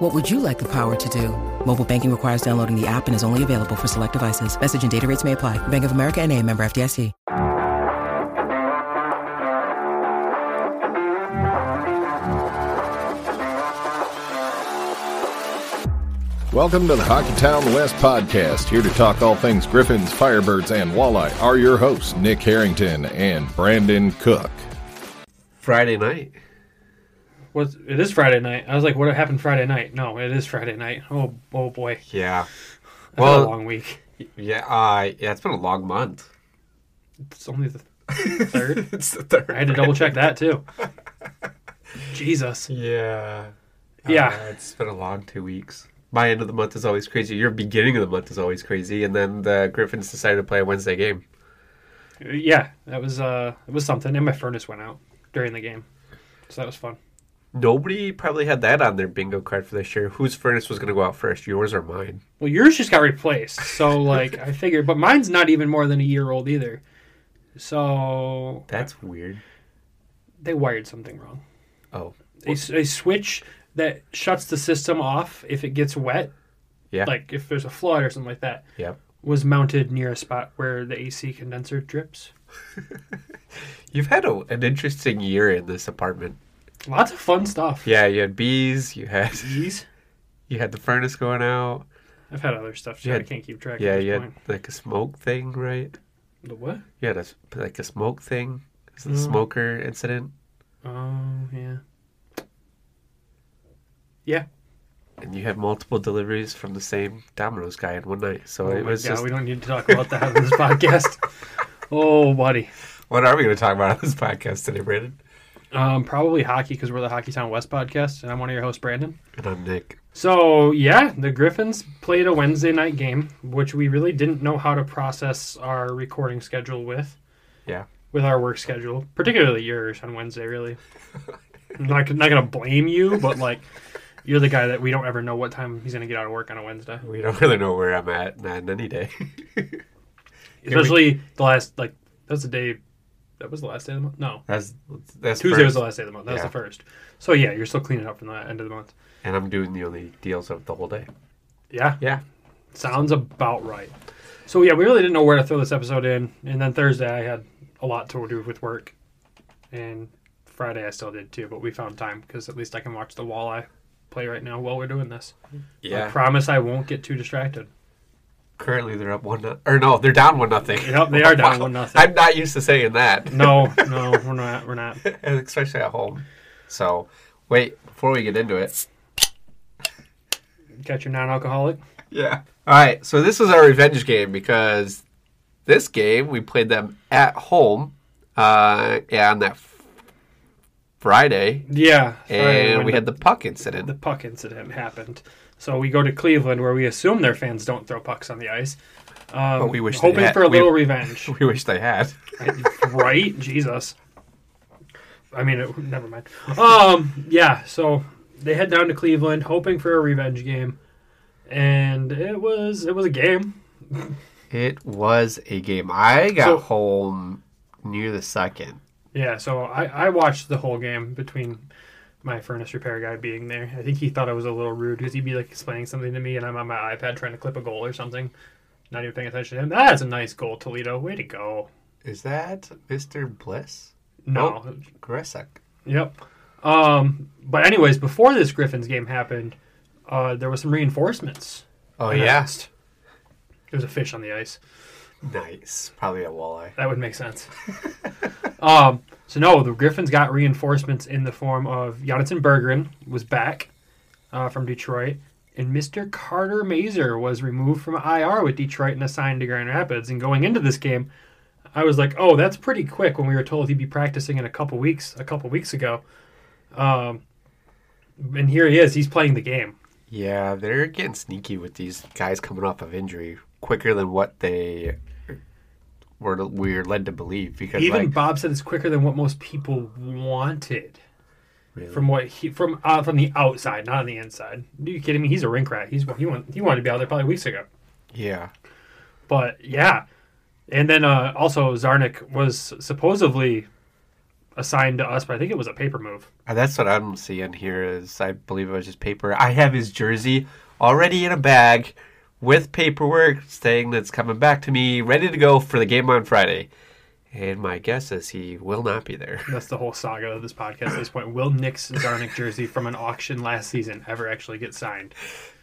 What would you like the power to do? Mobile banking requires downloading the app and is only available for select devices. Message and data rates may apply. Bank of America and a member FDIC. Welcome to the Hockeytown West podcast. Here to talk all things Griffins, Firebirds, and Walleye are your hosts, Nick Harrington and Brandon Cook. Friday night. Was it is Friday night? I was like, what happened Friday night? No, it is Friday night. Oh, oh boy, Yeah. That's Well- a long week. Yeah, uh, yeah, it's been a long month. It's only the third. it's the third. I had to double check that too. Jesus. Yeah. Yeah. Uh, it's been a long two weeks. My end of the month is always crazy. Your beginning of the month is always crazy. And then the Griffins decided to play a Wednesday game. Yeah, that was uh, it was something. And my furnace went out during the game, so that was fun. Nobody probably had that on their bingo card for this year. Whose furnace was going to go out first, yours or mine? Well, yours just got replaced, so like I figured, but mine's not even more than a year old either. So That's weird. they wired something wrong. Oh, A, s- a switch that shuts the system off if it gets wet, yeah. like if there's a flood or something like that. yep. was mounted near a spot where the AC condenser drips. You've had a, an interesting year in this apartment. Lots of fun stuff. Yeah, you had bees. You had Jeez. you had the furnace going out. I've had other stuff too. Yeah. I can't keep track Yeah, at this you had point. like a smoke thing, right? The what? You had a s- like a smoke thing. Is it the smoker incident? Oh, yeah. Yeah. And you had multiple deliveries from the same Domino's guy in one night. So Oh it my was God, just we don't need to talk about that on this podcast. Oh, buddy. what are we going to talk about on this podcast today, Brandon? Um, probably hockey because we're the Hockey Town West podcast, and I'm one of your hosts, Brandon. And I'm Nick. So yeah, the Griffins played a Wednesday night game, which we really didn't know how to process our recording schedule with. Yeah. With our work schedule, particularly yours on Wednesday, really. I'm not not gonna blame you, but like, you're the guy that we don't ever know what time he's gonna get out of work on a Wednesday. We don't really know where I'm at on any day. Especially the last like that's the day. That was the last day of the month. No, that's that's Tuesday was first. the last day of the month. That was Yeah. the first. So yeah, you're still cleaning up from the end of the month. and I'm doing the only deals of the whole day. Yeah. Yeah. Sounds about right. So yeah, we really didn't know where to throw this episode in, and then Thursday I had a lot to do with work, and Friday I still did too. But we found time because at least I can watch the walleye play right now while we're doing this. I promise I won't get too distracted. Currently they're up one no- or no, they're down one nothing. Yep, they are down one nothing. I'm not used to saying that. No, no, we're not. We're not. and especially at home. So, wait, before we get into it. Catch your non-alcoholic. Yeah. All right, so this was our revenge game because this game we played them at home uh, yeah, on that f- Friday, Yeah. Friday and when we had the puck the incident. puck incident happened. So we go to Cleveland, where we assume their fans don't throw pucks on the ice. Um, But we wish they hoping had- for a we- little revenge. We wish they had. right? Jesus. I mean, it, never mind. Um, yeah. So they head down to Cleveland, hoping for a revenge game, and it was it was a game. It was a game. I got So- home near the second. Yeah. So I I watched the whole game between my furnace repair guy being there. I think he thought I was a little rude because he'd be like explaining something to me, and I'm on my iPad trying to clip a goal or something. Not even paying attention to him. That's a nice goal, Toledo. Way to go. Is that Mr. Bliss? No, Nope. Gresek. Yep. Um, but anyways, before this Griffins game happened, uh, there was some reinforcements. Oh, yeah. announced. There was a fish on the ice. Nice. Probably a walleye. That would make sense. um, so no, the Griffins got reinforcements in the form of Jonathan Bergeron was back uh, from Detroit, and Mr. Carter Mazer was removed from IR with Detroit and assigned to Grand Rapids. And going into this game, I was like, "Oh, that's pretty quick." When we were told he'd be practicing in a couple weeks, a couple weeks ago, um, and here he is. He's playing the game. Yeah, they're getting sneaky with these guys coming off of injury quicker than what they we're, we're led to believe. Because Even like, Bob said it's quicker than what most people wanted. Really? From what he from uh, from the outside, not on the inside. Are you kidding me? He's a rink rat. He's he wanted he wanted to be out there probably weeks ago. yeah, But yeah, and then uh, also Zarnik was supposedly assigned to us, but I think it was a paper move. And that's what I'm seeing here. Is I believe it was just paper. I have his jersey already in a bag with paperwork saying that's coming back to me, ready to go for the game on Friday. And my guess is he will not be there. That's the whole saga of this podcast at this point. Will Nick's Zarnik jersey from an auction last season ever actually get signed?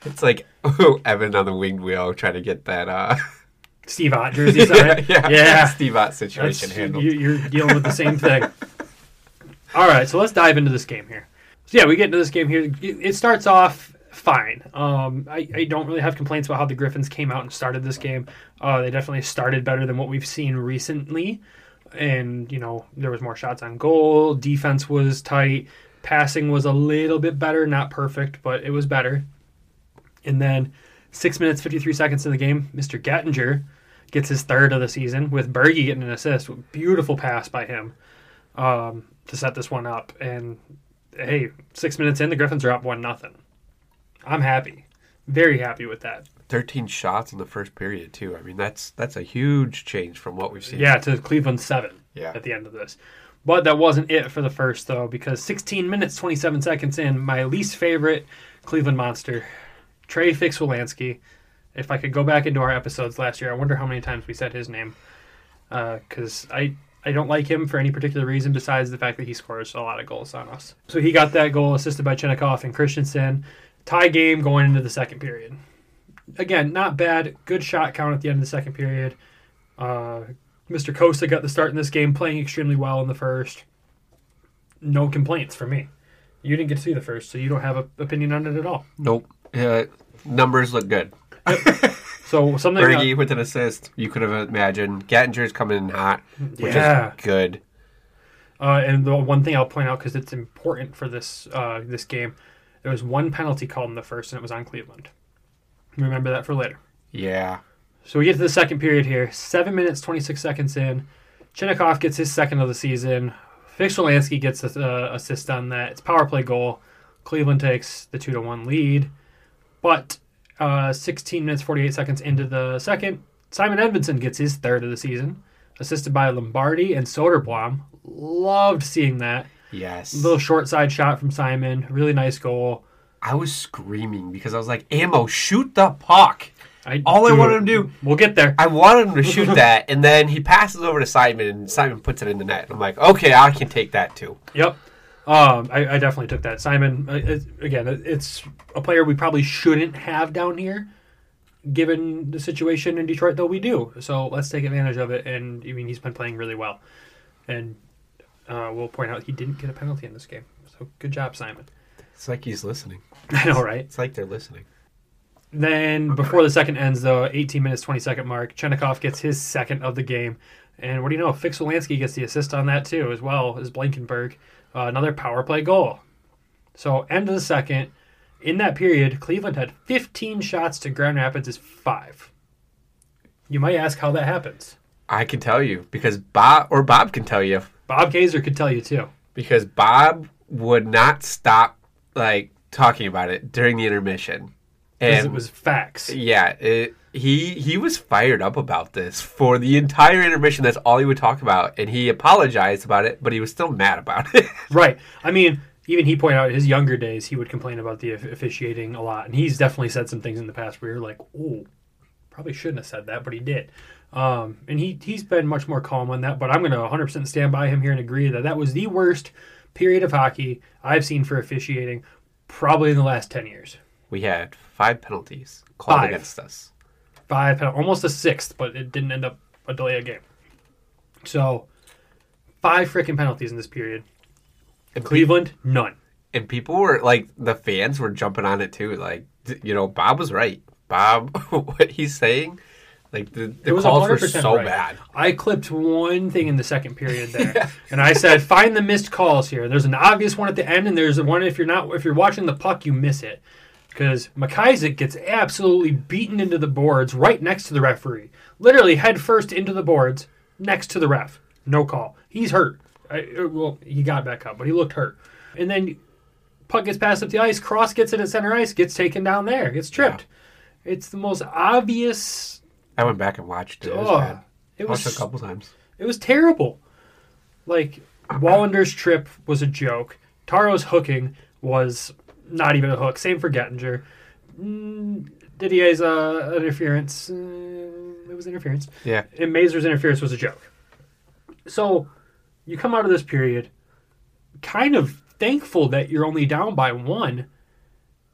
It's like oh, Evan on the winged wheel trying to get that. uh Steve Ott jersey signed. yeah, yeah. Steve Ott That's- situation handled. you, you're dealing with the same thing. All right, so let's dive into this game here. So yeah, we get into this game here. It- It starts off fine. Um, I, I don't really have complaints about how the Griffins came out and started this game. Uh, they definitely started better than what we've seen recently, and you know there was more shots on goal. Defense was tight. Passing was a little bit better, not perfect, but it was better. And then six minutes, 53 seconds in the game, Mr. Gattinger gets his third of the season with Berge getting an assist. Beautiful pass by him um, to set this one up. And hey, six minutes in, the Griffins are up 1 nothing. I'm happy. Very happy with that. Thirteen shots in the first period too. I mean, that's that's a huge change from what we've seen. Yeah, to Cleveland 7 Yeah. at the end of this. But that wasn't it for the first, though, because 16 minutes, 27 seconds in, my least favorite Cleveland monster, Trey Fixwalansky. If I could go back into our episodes last year, I wonder how many times we said his name. Because I, I don't like him for any particular reason besides the fact that he scores a lot of goals on us. So he got that goal assisted by Chinnikov and Christensen. Tie game going into the second period. Again, not bad. Good shot count at the end of the second period. Uh, Mr. Costa got the start in this game, playing extremely well in the first. No complaints for me. You didn't get to see the first, so you don't have an opinion on it at all. Nope. Uh, numbers look good. So something. Bergie with an assist. You could have imagined. Gattinger's coming in hot, which Yeah. is good. Uh, and the one thing I'll point out because it's important for this uh, this game, there was one penalty called in the first, and it was on Cleveland. Remember that for later. Yeah. So we get to the second period here. Seven minutes, 26 seconds in. Chinnikov gets his second of the season. Fixolansky gets an assist on that. It's power play goal. Cleveland takes the 2 to 1 lead. But uh, 16 minutes, 48 seconds into the second, Simon Edmondson gets his third of the season, assisted by Lombardi and Soderblom. Loved seeing that. Yes. Little short side shot from Simon. Really nice goal. I was screaming because I was like, Ammo, shoot the puck. I, All I dude, wanted him to do- We'll get there. I wanted him to shoot that, and then he passes over to Simon, and Simon puts it in the net. I'm like, okay, I can take that too. Yep. Um, I, I definitely took that. Simon, uh, it, again, it- it's a player we probably shouldn't have down here, given the situation in Detroit, though we do. So let's take advantage of it. And, I mean, he's been playing really well. And uh, we'll point out he didn't get a penalty in this game. So good job, Simon. It's like he's listening. I know, right? It's like they're listening. Then, before the second ends, though, 18 minutes, 20 second mark, Chenikov gets his second of the game. And what do you know? Fix Wolanski gets the assist on that, too, as well as Blankenberg. Uh, another power play goal. So, end of the second. In that period, Cleveland had 15 shots to Grand Rapids' five. You might ask how that happens. I can tell you because Bob or Bob can tell you Bob Gazer could tell you, too. because Bob would not stop like talking about it during the intermission, 'Cause and it was facts. Yeah, it, he he was fired up about this for the entire intermission. That's all he would talk about, and he apologized about it, but he was still mad about it. Right. I mean, even he pointed out his younger days, he would complain about the offi- officiating a lot, and he's definitely said some things in the past where you're like, "Oh, probably shouldn't have said that," but he did. Um, and he he's been much more calm on that. But I'm going to 100 percent stand by him here and agree that that was the worst period of hockey I've seen for officiating, probably in the last 10 years. we had five penalties called Five. against us. five, pen- almost a sixth, but it didn't end up a delay a game. So, five freaking penalties in this period. Cleveland, none. and people were like the fans were jumping on it too like th- you know bob was right bob what he's saying like the, the calls were 100% so right. bad I clipped one thing in the second period there, and I said, "Find the missed calls here." There's an obvious one at the end, and there's one if you're not if you're watching the puck, you miss it because McIsaac gets absolutely beaten into the boards right next to the referee, literally head first into the boards. next to the ref. No call. He's hurt. I, uh, well, he got back up, but he looked hurt. And then puck gets passed up the ice. Cross gets it at center ice. Gets taken down there. Gets tripped. It's the most obvious. I went back and watched it. It was Ugh. bad. it Watched was it a couple times. it was terrible. Like Wallander's trip was a joke. Taro's hooking was not even a hook. Same for Gettinger. Mm, Didier's uh, interference. Uh, it was interference. Yeah. And Mazer's interference was a joke. So you come out of this period kind of thankful that you're only down by one.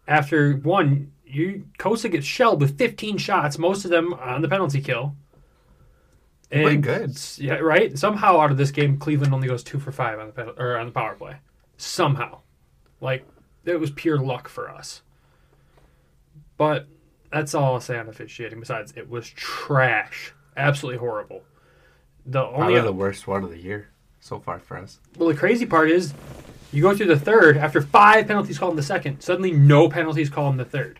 After one, you Kosa gets shelled with 15 shots, most of them on the penalty kill. And Pretty good. Yeah, right. Somehow out of this game, Cleveland only goes two for five on the penal- or on the power play. Somehow, like it was pure luck for us. But that's all I'll say on officiating. Besides, it was trash, absolutely horrible. The only Probably the worst one of the year so far for us. well, the crazy part is, you go through the third after five penalties called in the second. Suddenly, no penalties called in the third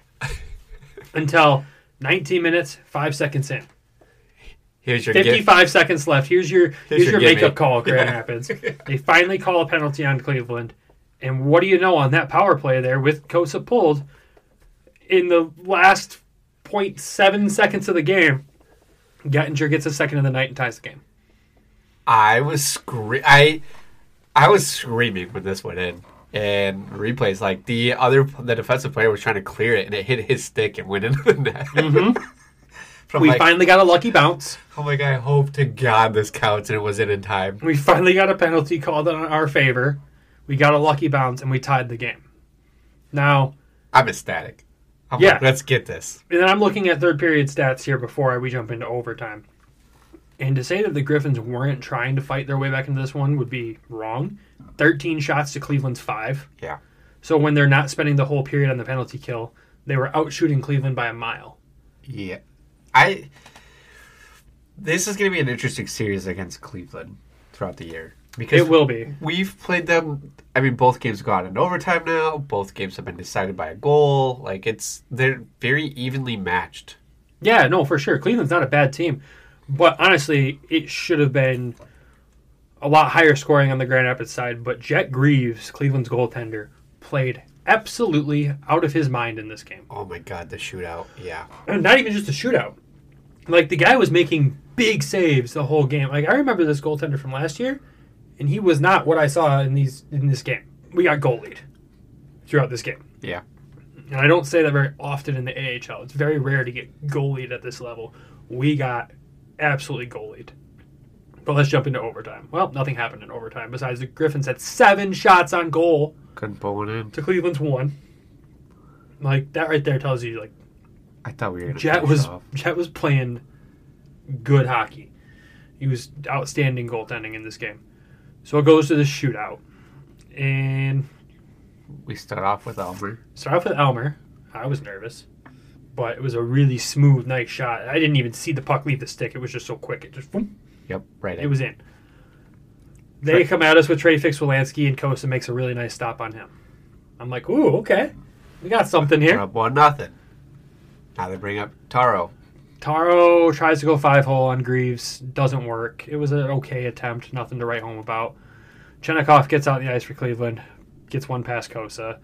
until 19 minutes, five seconds in. Here's your gift. 55 seconds left. Here's your here's, your your, gimme. makeup call, Grand Rapids. They finally call a penalty on Cleveland, and what do you know on that power play there with Kosa pulled in the last 0.7 seconds of the game, Gettinger gets a second of the night and ties the game. I was scre- I I was screaming when this went in. And replays like the other the defensive player was trying to clear it and it hit his stick and went into the net. From Mm-hmm. We like, finally got a lucky bounce. oh my god! I hope to God this counts and it was in in time. We finally got a penalty called in our favor. We got a lucky bounce and we tied the game. Now, I'm ecstatic. I'm Yeah. like, let's get this. and then I'm looking at third period stats here before we jump into overtime. And to say that the Griffins weren't trying to fight their way back into this one would be wrong. 13 shots to Cleveland's five. Yeah, So when they're not spending the whole period on the penalty kill, they were out shooting Cleveland by a mile. yeah. I this is going to be an interesting series against Cleveland throughout the year because It will be. We've played them. I mean, both games have gone in overtime now. Both games have been decided by a goal. Like it's they're very evenly matched. Yeah, no, for sure. Cleveland's not a bad team, but honestly, it should have been a lot higher scoring on the Grand Rapids side. But Jet Greaves, Cleveland's goaltender, played absolutely out of his mind in this game. Oh my god, the shootout! Yeah, And not even just a shootout. Like the guy was making big saves the whole game. Like I remember this goaltender from last year, and he was not what I saw in these in this game. We got goalied throughout this game yeah. and I don't say that very often in the AHL. It's very rare to get goalied at this level. We got absolutely goalied. But let's jump into overtime. Well, nothing happened in overtime besides the Griffins had seven shots on goal Couldn't pull one in. to Cleveland's one. Like that right there tells you like I thought we were gonna Jet finish was off. Jet was playing good hockey. He was outstanding goaltending in this game. So it goes to the shootout. And We start off with Elmer. Start off with Elmer. I was nervous, but it was a really smooth, nice shot. I didn't even see the puck leave the stick. It was just so quick. It just, whoop, Yep, right. it was in. They Trey- come at us with Trey Fix Wolanski, and Kosa makes a really nice stop on him. I'm like, ooh, okay. We got something We're here. up one nothing. Now they bring up Taro. Taro tries to go five hole on Greaves. Doesn't work. It was an okay attempt. Nothing to write home about. Chenikoff gets out on the ice for Cleveland. Gets one past Kosa.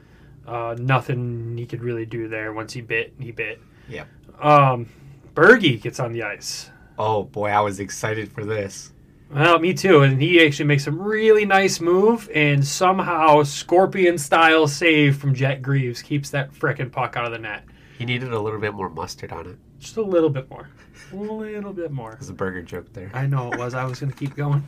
Uh, nothing he could really do there. Once he bit, he bit. Yep. Um, Berge gets on the ice. Oh boy, I was excited for this. Well, me too. And he actually makes a really nice move and somehow scorpion style save from Jet Greaves keeps that frickin' puck out of the net. He needed a little bit more mustard on it. Just a little bit more. A little bit more. There's a burger joke there. I know it was. I was going to keep going.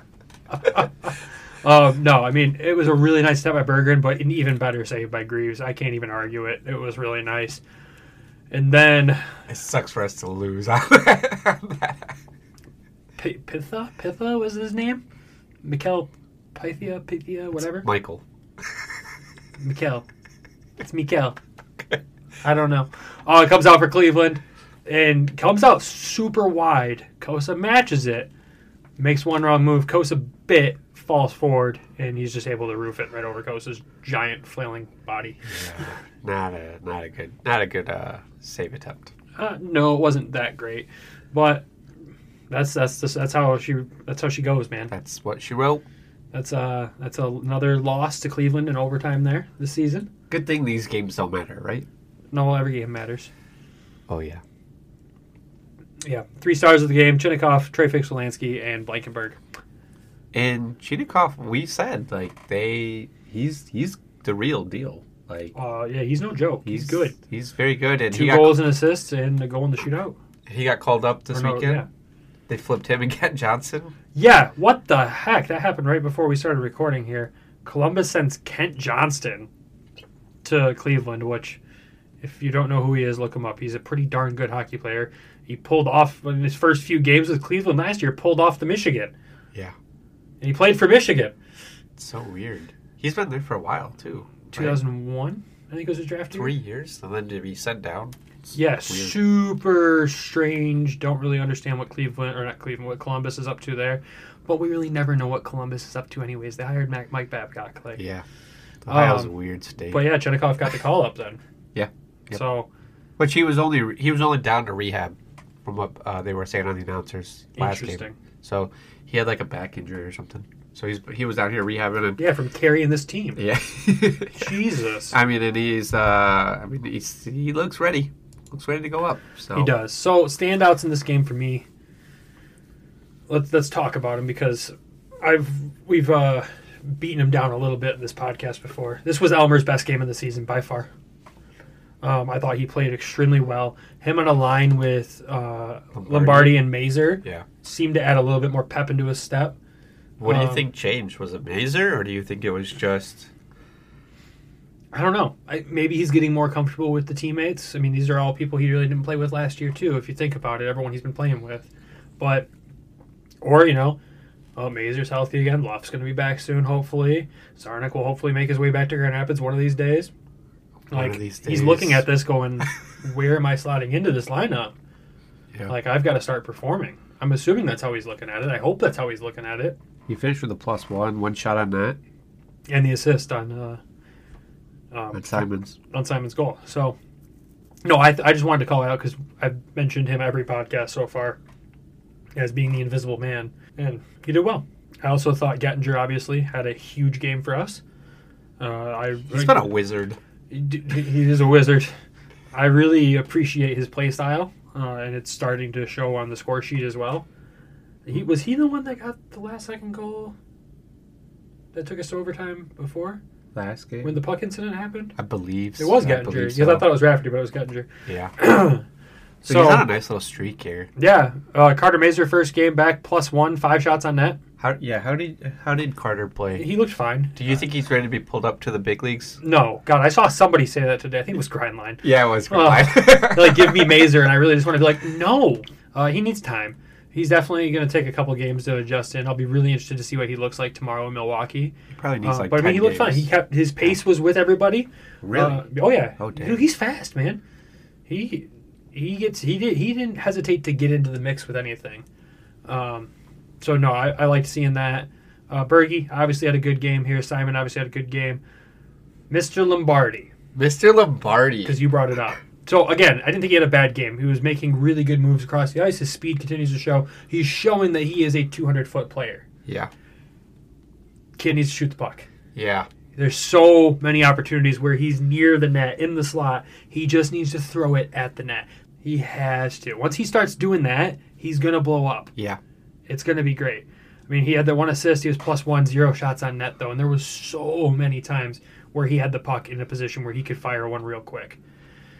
um, no, I mean, it was a really nice step by Bergen, but an even better save by Greaves. I can't even argue it. It was really nice. And then It sucks for us to lose on that. P- Pitha? Pitha was his name? Mikel Pythia, Pythia, whatever? Michael. Mikel. It's Mikel. I don't know. Oh, it comes out for Cleveland and comes out super wide. Kosa matches it, makes one wrong move. Kosa bit, falls forward, and he's just able to roof it right over Kosa's giant flailing body. Not a not a good not a good uh, save attempt. Uh, no, it wasn't that great, but That's that's just, that's how she that's how she goes, man. That's what she wrote. That's uh that's a, another loss to Cleveland in overtime there this season. Good thing these games don't matter, right? No, every game matters. Oh yeah. Yeah, three stars of the game: Chinnikov, Trey Fixelansky, and Blankenberg. And Chinikov, we said like they he's he's the real deal. Like Uh, yeah, he's no joke. He's, good. He's very good. And Two he got, goals and assists, and a goal in the shootout. he got called up this Or no, weekend. yeah. They flipped him and got Johnson. Yeah, what the heck? That happened right before we started recording here. Columbus sends Kent Johnston to Cleveland, which, if you don't know who he is, look him up. He's a pretty darn good hockey player. He pulled off, in his first few games with Cleveland last year, pulled off the Michigan. Yeah. And he played for Michigan. It's so weird. He's been there for a while too. right? 2001, I think it was his draft year. Three years, and then to be sent down. It's Yeah, weird. super strange. Don't really understand what Cleveland or not Cleveland, what Columbus is up to there. But we really never know what Columbus is up to, anyways. They hired Mac, Mike Babcock. Like, Yeah. Ohio's Um, a weird state. but yeah, Chennikov got the call up then. yeah. Yep. So Which he was only he was only down to rehab, from what uh, they were saying on the announcers last game. Interesting. So he had like a back injury or something. So he's he was out here rehabbing and yeah, from carrying this team. yeah. Jesus, I mean, and he's uh, I mean, he's, he looks ready, looks ready to go up. So he does. So standouts in this game for me. Let's let's talk about him because I've we've uh, beaten him down a little bit in this podcast before. This was Elmer's best game of the season by far. Um, I thought he played extremely well. Him on a line with uh, Lombardi. Lombardi. and Mazer Yeah. seemed to add a little bit more pep into his step. What do you Um, think changed? Was it Mazer, or do you think it was just? I don't know. I, maybe he's getting more comfortable with the teammates. I mean, these are all people he really didn't play with last year, too, if you think about it, everyone he's been playing with. But, or, you know, uh, Mazer's healthy again. Lof's going to be back soon, hopefully. Sarnik will hopefully make his way back to Grand Rapids one of these days. One Like, of these he's days. looking at this going, where am I slotting into this lineup? Yeah. Like, I've got to start performing. I'm assuming that's how he's looking at it. I hope that's how he's looking at it. He finished with a plus one, one shot on that And the assist on uh, um, on Simons. on Simon's goal. So, no, I, I just wanted to call it out because I've mentioned him every podcast so far as being the invisible man, and he did well. I also thought Gettinger obviously had a huge game for us. Uh, I He's been a wizard. D- d- he is a wizard. I really appreciate his play style, uh, and it's starting to show on the score sheet as well. He was he the one that got the last second goal that took us to overtime before Last game, when the puck incident happened. I believe It was I Gettinger believe because so. I thought it was Rafferty, but it was Gettinger. yeah. So, So, he's on a nice little streak here. yeah, uh, Carter Mazer first game back plus one, five shots on net. How yeah? How did how did Carter play? He looked fine. do you think he's ready to be pulled up to the big leagues? No, God, I saw somebody say that today. I think it was Grindline. Yeah, it was. Oh, like give me Mazer, and I really just want to be like, no, uh, he needs time. He's definitely going to take a couple games to adjust in. I'll be really interested to see what he looks like tomorrow in Milwaukee. probably needs Uh, like. but I 10 mean, he looked fine. games. He kept his pace was with everybody. Really? Uh, oh yeah. Oh, damn. Dude, he's fast, man. He he gets he did he didn't hesitate to get into the mix with anything. Um, so no, I, I liked seeing that. Uh, Berge obviously had a good game here. Simon obviously had a good game. Mr. Lombardi, Mr. Lombardi. because you brought it up. So again, I didn't think he had a bad game. He was making really good moves across the ice. His speed continues to show. He's showing that he is a 200 foot player. Yeah. Kid needs to shoot the puck. Yeah. There's so many opportunities where he's near the net in the slot. He just needs to throw it at the net. He has to. Once he starts doing that, he's gonna blow up. Yeah. It's gonna be great. I mean, he had the one assist. He was plus one, zero shots on net though, and there was so many times where he had the puck in a position where he could fire one real quick.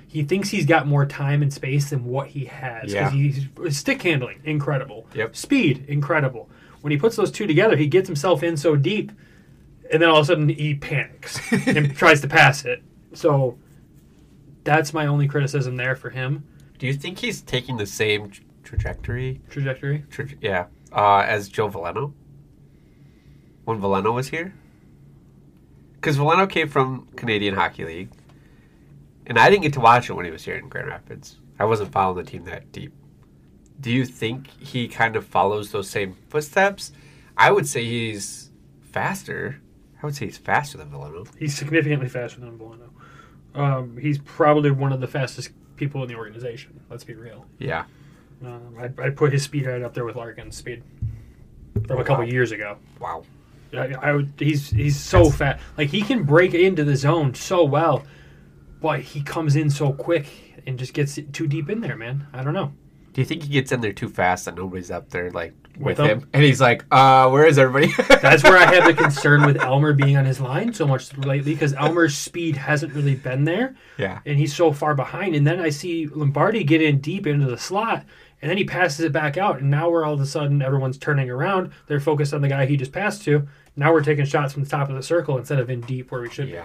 He thinks he's got more time and space than what he has Yeah. because he's his stick handling incredible, Yep. speed incredible. When he puts those two together, he gets himself in so deep and then all of a sudden he panics and tries to pass it. So that's my only criticism there for him Do you think he's taking the same tra- trajectory? trajectory. Tra- yeah. Uh, as Joe Valeno. When Valeno was here. Because Valeno came from Canadian Hockey League, and I didn't get to watch it when he was here in Grand Rapids. I wasn't following the team that deep. Do you think he kind of follows those same footsteps? I would say he's faster. I would say he's faster than Valeno. He's significantly faster than Bolano. Um, he's probably one of the fastest people in the organization. Let's be real. Yeah. Um, I'd, I'd put his speed right up there with Larkin's speed from a couple Wow. years ago. Wow. I, I would, he's he's so fat. Like he can break into the zone so well, but he comes in so quick and just gets it too deep in there, man. I don't know. Do you think he gets in there too fast and nobody's up there like with, With him? him? And he's like, uh, where is everybody? That's where I have the concern with Elmer being on his line so much lately because Elmer's speed hasn't really been there. yeah. and he's so far behind. And then I see Lombardi get in deep into the slot, and then he passes it back out. And now we're all of a sudden everyone's turning around. They're focused on the guy he just passed to. Now we're taking shots from the top of the circle instead of in deep where we should Yeah.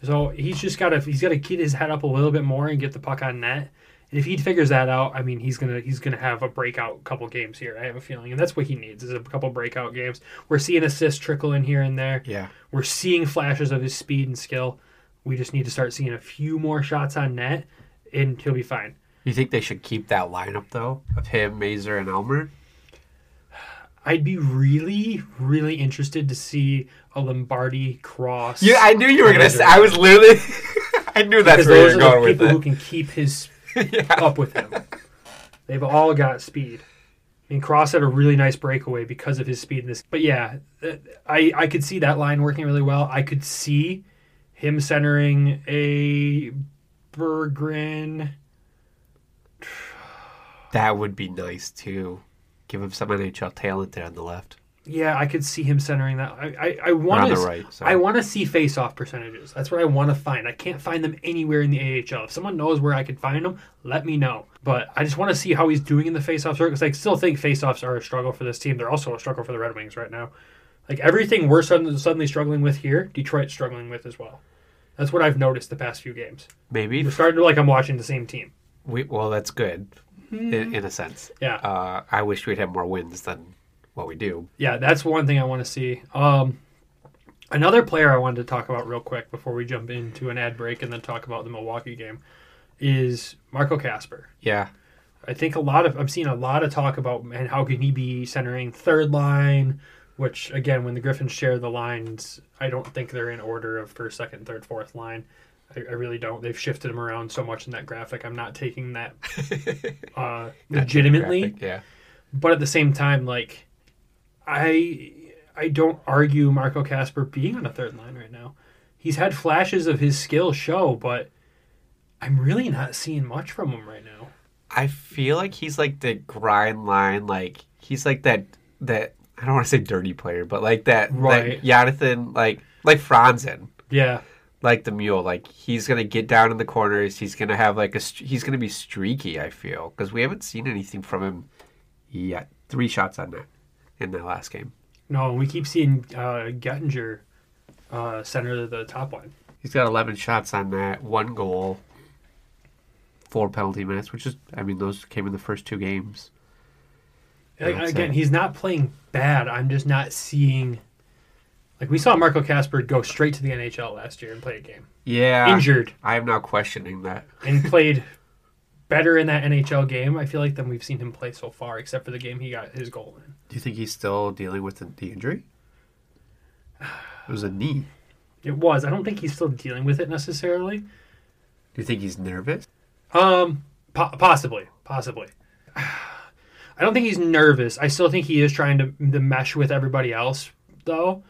be. So he's just got to he's got to keep his head up a little bit more and get the puck on net. And if he figures that out, I mean, he's gonna he's gonna have a breakout couple games here. I have a feeling, and that's what he needs is a couple breakout games. We're seeing assists trickle in here and there. Yeah. We're seeing flashes of his speed and skill. We just need to start seeing a few more shots on net, and he'll be fine. You think they should keep that lineup though of him, Mazer, and Elmer? I'd be really, really interested to see a Lombardi cross. Yeah, I knew you were gonna. Mazer. Say, I was literally. I knew that's because where those you're are going the with people who it. can keep his up with him. They've all got speed. I mean, Cross had a really nice breakaway because of his speed in this. But yeah, th- I I could see that line working really well. I could see him centering a Berggren. That would be nice too. Give him some NHL talent there on the left. Yeah, I could see him centering that. I I, I on want the to right, sorry. I want to see face-off percentages. That's what I want to find. I can't find them anywhere in the AHL. If someone knows where I can find them, let me know. But I just want to see how he's doing in the face-off circle. Because I still think face-offs are a struggle for this team. They're also a struggle for the Red Wings right now. Like everything we're suddenly, suddenly struggling with here, Detroit's struggling with as well. That's what I've noticed the past few games. Maybe. We're starting to like I'm watching the same team. We, well, that's good in, in a sense. Hmm. Yeah. Uh, I wish we'd have more wins than what we do. yeah, that's one thing I want to see. Um, another player I wanted to talk about real quick before we jump into an ad break and then talk about the Milwaukee game is Marco Casper. Yeah. I think a lot of I'm seeing a lot of talk about man, how can he be centering third line, which again, when the Griffins share the lines, I don't think they're in order of first, second, third, fourth line. I, I really don't. They've shifted them around so much in that graphic. I'm not taking that uh, legitimately Graphic, Yeah. but at the same time, like I I don't argue Marco Casper being on a third line right now. He's had flashes of his skill show, but I'm really not seeing much from him right now. I feel like he's like the grind line, like he's like that that I don't want to say dirty player, but like that Right. that Jonathan like like Franzen, Yeah, like the mule, like he's gonna get down in the corners. He's gonna have like a st- he's gonna be streaky. I feel because we haven't seen anything from him yet. Three shots on net in the last game. no, we keep seeing uh, Gettinger uh, center the top line. He's got 11 shots on that, one goal, four penalty minutes, which is I mean those came in the first two games. Like, That's again, it. he's not playing bad. I'm just not seeing. Like we saw Marco Casper go straight to the NHL last year and play a game, Yeah, injured, I am now questioning that. and played better in that NHL game, I feel like, than we've seen him play so far, except for the game he got his goal in. Do you think he's still dealing with the, the injury? It was a knee. Do It was. I don't think he's still dealing with it necessarily. you think he's nervous? Um, po- possibly, possibly. I don't think he's nervous. I still think he is trying to, to mesh with everybody else, though.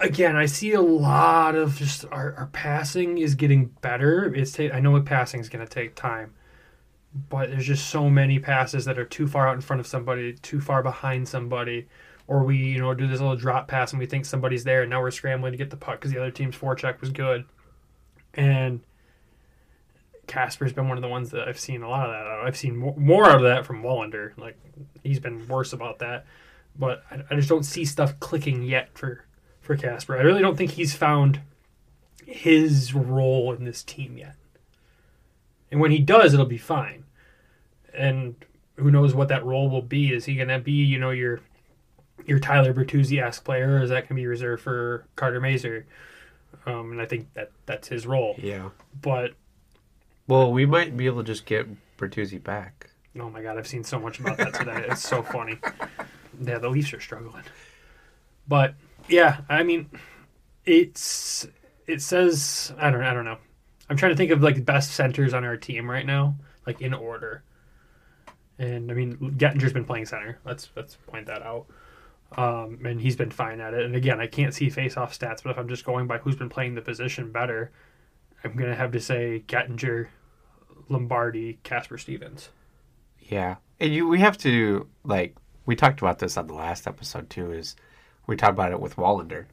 Again, I see a lot of just our, our passing is getting better. It's ta- I know what passing is going to take time, but there's just so many passes that are too far out in front of somebody, too far behind somebody, or we you know do this little drop pass and we think somebody's there, and now we're scrambling to get the puck because the other team's forecheck was good, and Casper's been one of the ones that I've seen a lot of that. out of. I've seen mo- more out of that from Wallander. Like he's been worse about that, but I, I just don't see stuff clicking yet for for Casper. I really don't think he's found his role in this team yet. And when he does, it'll be fine. And who knows what that role will be? Is he gonna be you know your your Tyler Bertuzzi esque player, or is that gonna be reserved for Carter Mazer? Um, and I think that that's his role, Yeah. but. Well, we might be able to just get Bertuzzi back. Oh my god, I've seen so much about that today. It's so funny. Yeah, the Leafs are struggling. But yeah, I mean it's it says I don't I don't know. I'm trying to think of like best centers on our team right now, like in order. And I mean, Gettinger's been playing center. Let's let's point that out. Um, and he's been fine at it. And again, I can't see face-off stats, but if I'm just going by who's been playing the position better, I'm gonna have to say Gettinger, Lombardi, Casper Stevens. Yeah. And you we have to like we talked about this on the last episode too, is we talked about it with Wallander.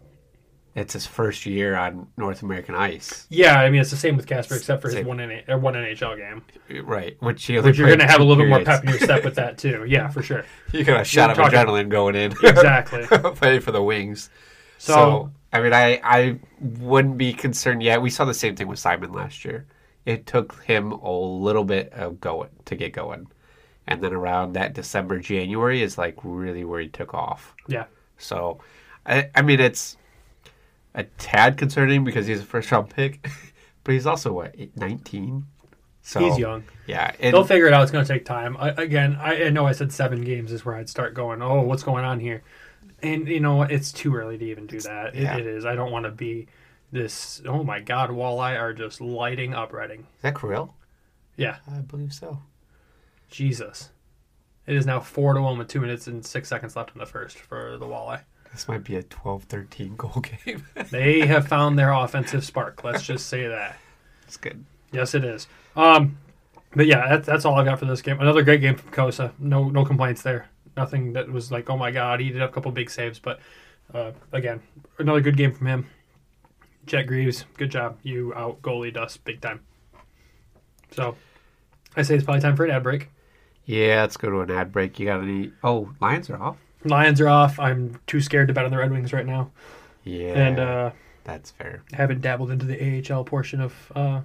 It's his first year on North American ice. Yeah, I mean it's the same with Casper, except for his Same. one N or one NHL game. Right. Which, he only Which you're played gonna have a two little bit more periods. pep in your step with that too. Yeah, for sure. You got a shot of talking- adrenaline going in. Exactly. Playing for the wings. So, um, So, I mean, I I wouldn't be concerned yet. We saw the same thing with Simon last year. It took him a little bit of going to get going, and then around that December January is like really where he took off. yeah. So, I I mean it's a tad concerning because he's a first round pick, but he's also what nineteen. So He's young. Yeah, and They'll figure it out. It's going to take time. I, again, I, I know I said seven games is where I'd start going, oh, what's going on here? And, you know, what? it's too early to even do that. It, Yeah. it is. I don't want to be this, oh my God, walleye are just lighting up Reading. is that Kirill? Yeah. I believe so. Jesus. It is now four to one with two minutes and six seconds left in the first for the walleye. This might be a 12-13 goal game. They have found their offensive spark. Let's just say that. That's good. Yes, it is. Um, but yeah, that's that's all I've got for this game. Another great game from Kosa. No, no complaints there. Nothing that was like, oh my god, he did have a couple big saves, but uh, again, another good game from him. Jack Greaves, good job. You out goalie us big time. So, I say it's probably time for an ad break. Yeah, let's go to an ad break. You got any? Oh, Lions are off. Lions are off. I'm too scared to bet on the Red Wings right now, Yeah, and uh, that's fair. haven't dabbled into the AHL portion of uh,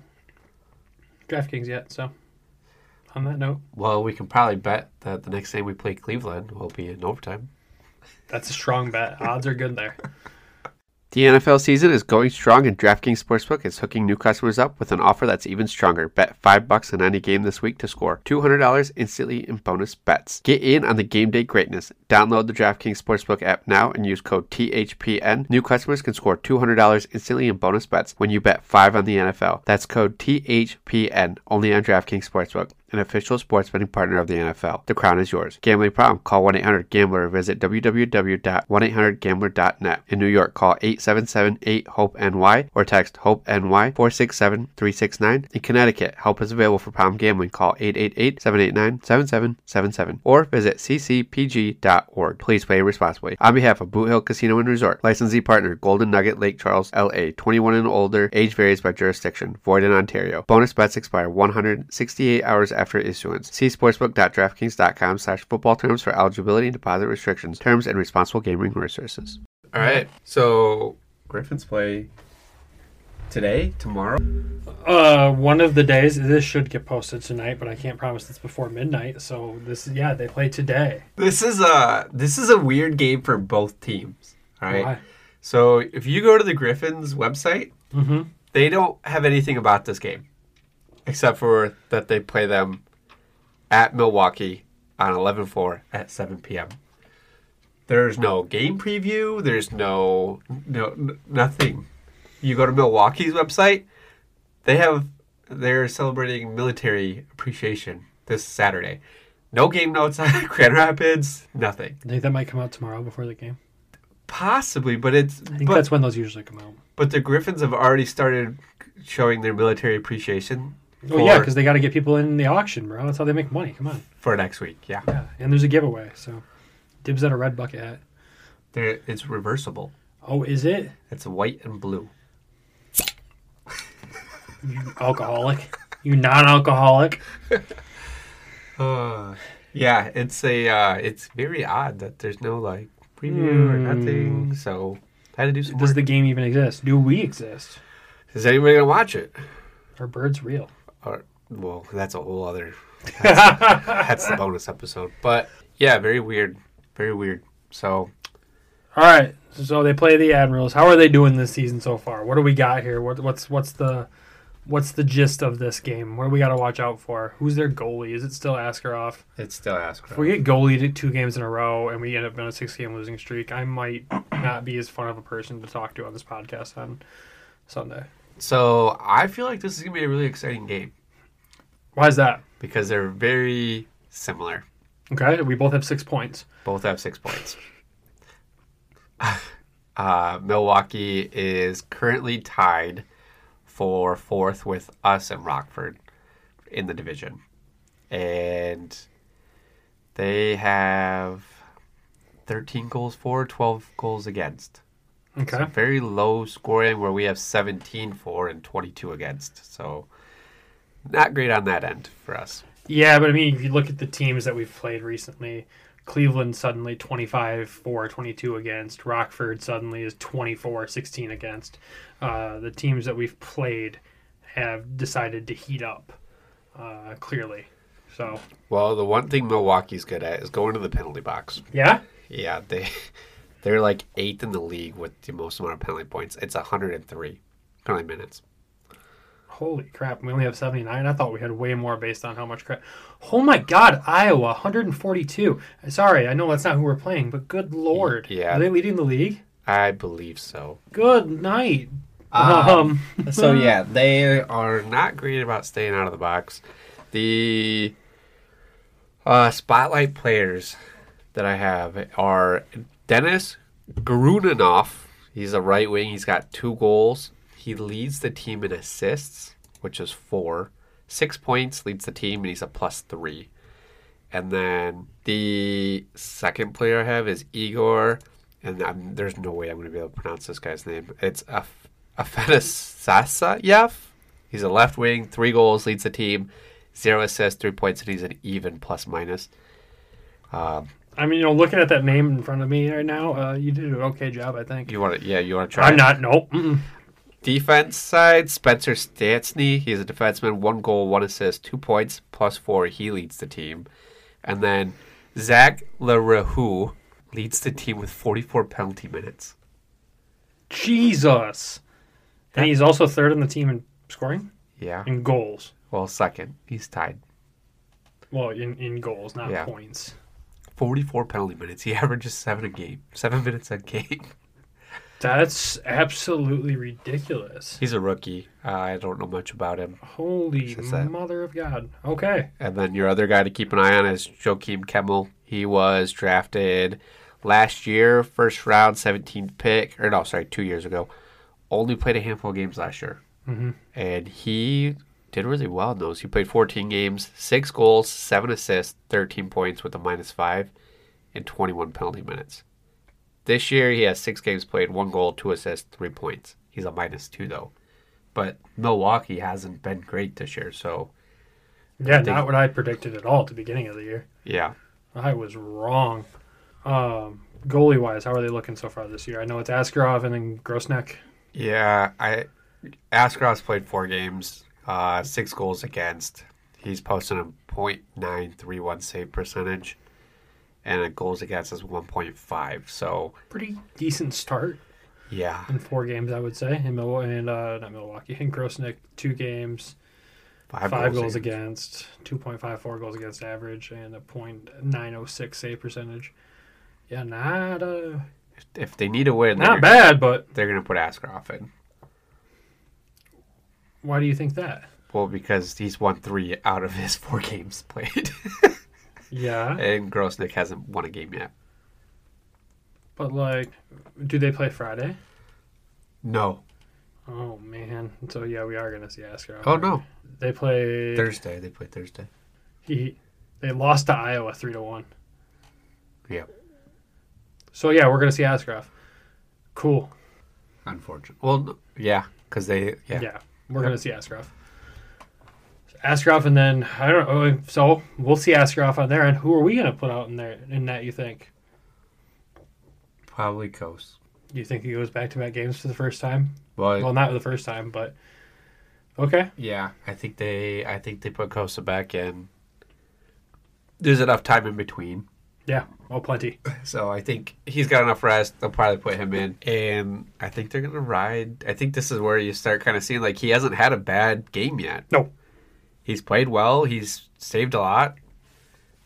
DraftKings yet. So, on that note, Well, we can probably bet that the next time we play Cleveland will be in overtime. that's a strong bet. Odds are good there. The NFL season is going strong, and DraftKings Sportsbook is hooking new customers up with an offer that's even stronger. Bet five bucks on any game this week to score two hundred dollars instantly in bonus bets. Get in on the game day greatness. Download the DraftKings Sportsbook app now and use code THPN. New customers can score two hundred dollars instantly in bonus bets when you bet five on the NFL. That's code THPN only on DraftKings Sportsbook, an official sports betting partner of the NFL. The crown is yours. Gambling problem? Call one eight hundred Gambler or visit www.1800gambler.net. In New York, call 877-8-HOPE-NY or text HOPE-NY 467-369. In Connecticut, help is available for problem gambling. Call 888-789-7777 or visit ccpg.org. Please play responsibly. On behalf of Boot Hill Casino and Resort, licensee partner Golden Nugget Lake Charles, LA, 21 and older, age varies by jurisdiction, void in Ontario. Bonus bets expire 168 hours after issuance. See sportsbook.draftkings.com slash football terms for eligibility and deposit restrictions, terms, and responsible gaming resources. All right, so Griffins play today, tomorrow. Uh, one of the days this should get posted tonight, but I can't promise it's before midnight. So this, yeah, they play today. This is a this is a weird game for both teams. All right. Why? So if you go to the Griffins website, Mhm. they don't have anything about this game, except for that they play them at Milwaukee on 11-4 at 7 p.m. There's no game preview. There's no no n- nothing. You go to Milwaukee's website, they have they're celebrating military appreciation this Saturday. No game notes on Grand Rapids. Nothing I think that might come out tomorrow before the game. possibly, but it's I think but that's when those usually come out. but the Griffins have already started showing their military appreciation. Oh yeah, because they got to get people in the auction, bro. That's how they make money. Come on. for next week, yeah, Yeah, and there's a giveaway. So, dibs at a red bucket hat. They're, it's reversible. Oh, is it It's white and blue. alcoholic? You non-alcoholic? Uh, yeah, it's a uh, it's very odd that there's no like preview or nothing. So had to do some. Hmm. Does Work. the game even exist? Do we exist? Is anybody gonna watch it? Are birds real? Or, well, that's a whole other. That's, that's the bonus episode. But yeah, very weird, very weird. So All right. So they play the Admirals. How are they doing this season so far? What do we got here? What, what's what's the what's the gist of this game? What do we got to watch out for? Who's their goalie? Is it still Askarov? it's still ask. If we get goalied at two games in a row and we end up on a six-game losing streak, I might not be as fun of a person to talk to on this podcast on Sunday. So I feel like this is gonna be a really exciting game. Why is that? because they're very similar. Okay, we both have six points. Both have six points. Uh, Milwaukee is currently tied for fourth with us and Rockford in the division. And they have 13 goals for, 12 goals against. Okay. Very low scoring where we have 17 for and 22 against. So not great on that end for us. Yeah, but I mean, if you look at the teams that we've played recently, Cleveland suddenly 25 4 22 against. Rockford suddenly is 24 16 against. Uh, the teams that we've played have decided to heat up, uh, clearly. So, Well, the one thing Milwaukee's good at is going to the penalty box. yeah? Yeah, they they're like eighth in the league with the most amount of penalty points. It's 103 penalty minutes. Holy crap, we only have 79. I thought we had way more based on how much crap. Oh my god, Iowa, 142. Sorry, I know that's not who we're playing, but good lord. Yeah. Are they leading the league? I believe so. Good night. Um, Um, So yeah, they are not great about staying out of the box. The uh, spotlight players that I have are Dennis Gruninoff. He's a right wing. He's got two goals. He leads the team in assists, which is four. Six points leads the team, and he's a plus three. And then the second player I have is Igor, and I'm, there's no way I'm going to be able to pronounce this guy's name. It's Af- Afanasasayev. He's a left wing, three goals, leads the team, zero assists, three points, and he's an even plus minus. I mean, you know, looking at that name in front of me right now, uh, you did an okay job, I think. You want to? Yeah, you want to try? I'm it? not, nope. Mm-mm. Defense side, Spencer Stastny. He's a defenseman. One goal, one assist, two points, plus four. He leads the team. And then Zach LaRahue leads the team with 44 penalty minutes. Jesus. And he's also third on the team in scoring Yeah. in goals. Well, second. He's tied. Well, in, in goals, not Yeah. points. 44 penalty minutes. He averages seven a game. Seven minutes a game. That's absolutely ridiculous. He's a rookie. Uh, I don't know much about him. Holy Says that. mother of God. Okay. And then your other guy to keep an eye on is Joakim Kemmel. He was drafted last year, first round, 17th pick, or no, sorry, two years ago. Only played a handful of games last year. Mm-hmm. And he did really well in those. He played 14 games, six goals, seven assists, 13 points with a minus five, and 21 penalty minutes. This year, he has six games played, one goal, two assists, three points. He's a minus two, though. But Milwaukee hasn't been great this year, so Yeah, not what I predicted at all at the beginning of the year. yeah. I was wrong. Um, goalie wise, how are they looking so far this year? I know it's Askarov and then Grossneck. Yeah, I Askarov's played four games, uh, six goals against. He's posting a .931 save percentage, and a goals against is 1.5. So Pretty decent start yeah, in four games, I would say. In Mil- and uh, not Milwaukee, in Grossneck, two games, five, five, goals against, two point five four goals against average, and a point nine oh six save percentage. Yeah, not uh, If they need a win, not they're, bad, but they're gonna put Askarov in. why do you think that? Well, because he's won three out of his four games played, Yeah, and Grosnick hasn't won a game yet. but like, do they play Friday? No. Oh man! So yeah, we are gonna see Askarov. Oh no. They play. Thursday they play Thursday. He, they lost to Iowa three to one. Yeah. So yeah, we're gonna see Askarov. Cool. Unfortunate. Well, no, yeah, because they yeah. Yeah, we're gonna see Askarov. Askarov, and then I don't know. So we'll see Askarov on there, and who are we gonna put out in there in that? You think? probably Coast. You think he goes back to back games for the first time? Well, Well, not the first time, but okay. Yeah, I think they I think they put Costa back in. There's enough time in between. Yeah. Oh, plenty. So I think he's got enough rest. They'll probably put him in. And I think they're gonna ride I think this is where you start kinda seeing like he hasn't had a bad game yet. No. He's played well, he's saved a lot.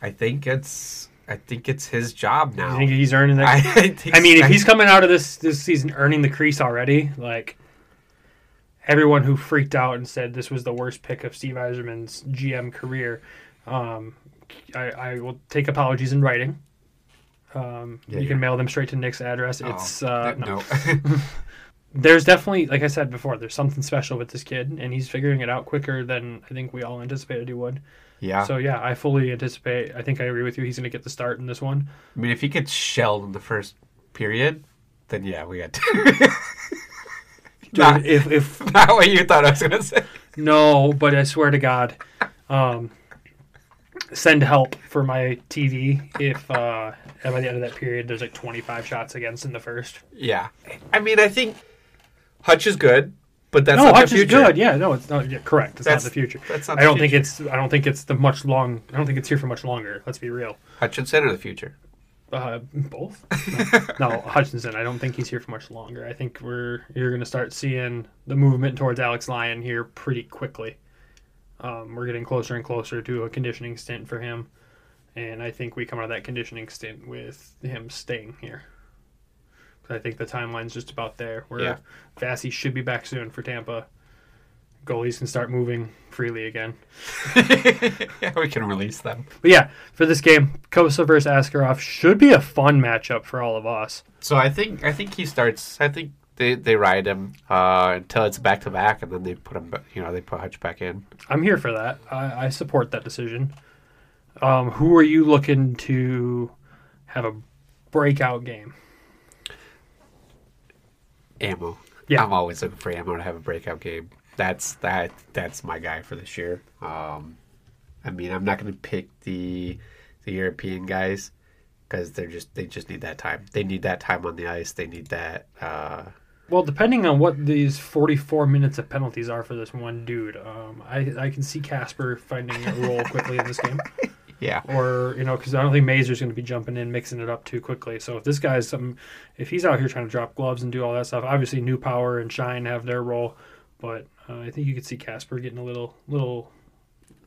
I think it's I think it's his job You now. think he's earning that? I, think I mean, if he's coming out of this this season earning the crease already, like everyone who freaked out and said this was the worst pick of Steve Eiserman's GM career, um, I, I will take apologies in writing. Um, Yeah, you yeah. can mail them straight to Nick's address. It's uh, That- no. no. There's definitely, like I said before, there's something special with this kid, and he's figuring it out quicker than I think we all anticipated he would. yeah. So yeah, I fully anticipate. I think I agree with you. He's going to get the start in this one. I mean, if he gets shelled in the first period, then yeah, we got. Not- if if Not what you thought I was gonna say. No, but I swear to God, um, send help for my TV if uh, and by the end of that period there's like 25 shots against in the first. Yeah. I mean, I think Hutch is good, but that's no, not Hutch the future. is good. Yeah, no, it's not yeah, correct. It's That's- not the future. that's not I the don't think future. it's. I don't think it's the much long. I don't think it's here for much longer. Let's be real. Hutchinson or the future? Uh, both. No, no, Hutchinson. I don't think he's here for much longer. I think we're you're going to start seeing the movement towards Alex Lyon here pretty quickly. Um, we're getting closer and closer to a conditioning stint for him, and I think we come out of that conditioning stint with him staying here. 'Cause I think the timeline's just about there. Where Yeah. Vassy should be back soon for Tampa. Goalies can start moving freely again. yeah, we can release them. But yeah, for this game, Kosa versus Askarov should be a fun matchup for all of us. So I think I think he starts. I think they they ride him uh, until it's back to back, and then they put him. ba- You know, they put Hutch back in. I'm here for that. I, I support that decision. Um, who are you looking to have a breakout game? Ammo. Yeah. I'm always looking for ammo to have a breakout game. That's that. That's my guy for this year. Um, I mean, I'm not going to pick the the European guys because they're just they just need that time. They need that time on the ice. They need that. Uh, Well, depending on what these 44 minutes of penalties are for this one dude, um, I, I can see Casper finding a role quickly in this game. yeah. Or, you know, because I don't think Mazer's going to be jumping in, mixing it up too quickly. So if this guy's something, if he's out here trying to drop gloves and do all that stuff, obviously New Power and Shine have their role. But uh, I think you could see Casper getting a little, little,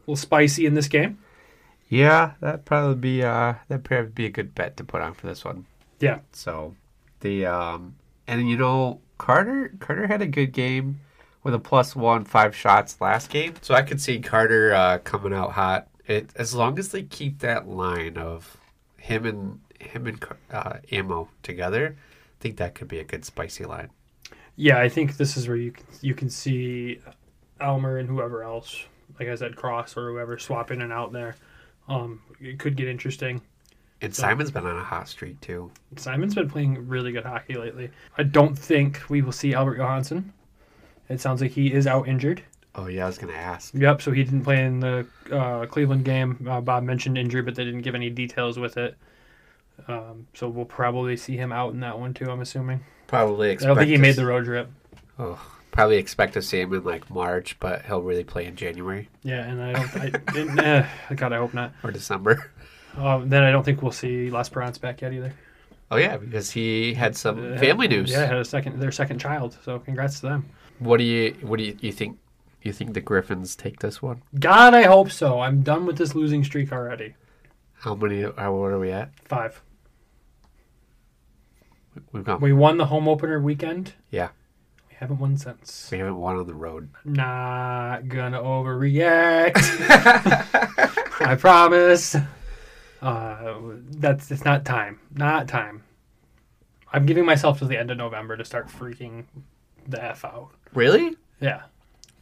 little spicy in this game. Yeah, that'd probably be uh that'd probably be a good bet to put on for this one. Yeah. So the um and you know Carter Carter had a good game with a plus one five shots last game. So I could see Carter uh, coming out hot. It, as long as they keep that line of him and him and Car- uh, ammo together, I think that could be a good spicy line. Yeah, I think this is where you can, you can see Elmer and whoever else, like I said, Cross or whoever, swap in and out there. Um, it could get interesting. And Simon's been on a hot streak too. Simon's been playing really good hockey lately. I don't think we will see Albert Johansson. It sounds like he is out injured. Oh yeah, I was gonna ask. Yep, so he didn't play in the uh, Cleveland game. Uh, Bob mentioned injury, but they didn't give any details with it. Um, so we'll probably see him out in that one too. I'm assuming. Probably I expect. don't think he to made s- the road trip. Oh, probably expect to see him in like March, but he'll really play in January. Yeah, and I don't. I, and, eh, God, I hope not. or December. Um, then I don't think we'll see Les Perrance back yet either. Oh yeah, because he had some Uh, family news. Yeah, had a second their second child. So congrats to them. What do you what do you, you think? You think the Griffins take this one? God, I hope so. I'm done with this losing streak already. How many? How what are we at? Five. We've got We won the home opener weekend. yeah. We haven't won since. We haven't won on the road. Not gonna overreact. I promise. Uh, that's it's not time. Not time. I'm giving myself to the end of November to start freaking the f out. Really? Yeah.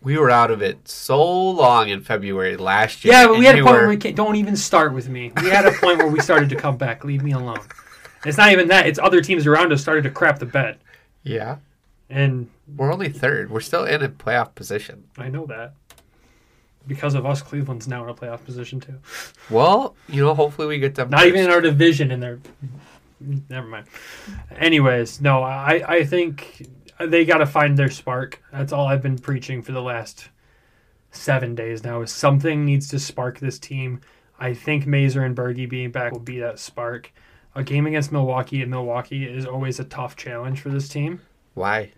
We were out of it so long in February last year. Yeah, but and we had a you point were- where we can't, don't even start with me. We had a point where we started to come back. Leave me alone. It's not even that. It's other teams around us started to crap the bed, yeah, and we're only third. We're still in a playoff position. I know that because of us. Cleveland's now in a playoff position too. Well, you know, hopefully we get them. Not even in first. our division, and they're never mind. Anyways, no, I I think they got to find their spark. That's all I've been preaching for the last seven days now. Is something needs to spark this team. I think Mazer and Berge being back will be that spark. A game against Milwaukee in Milwaukee is always a tough challenge for this team. why.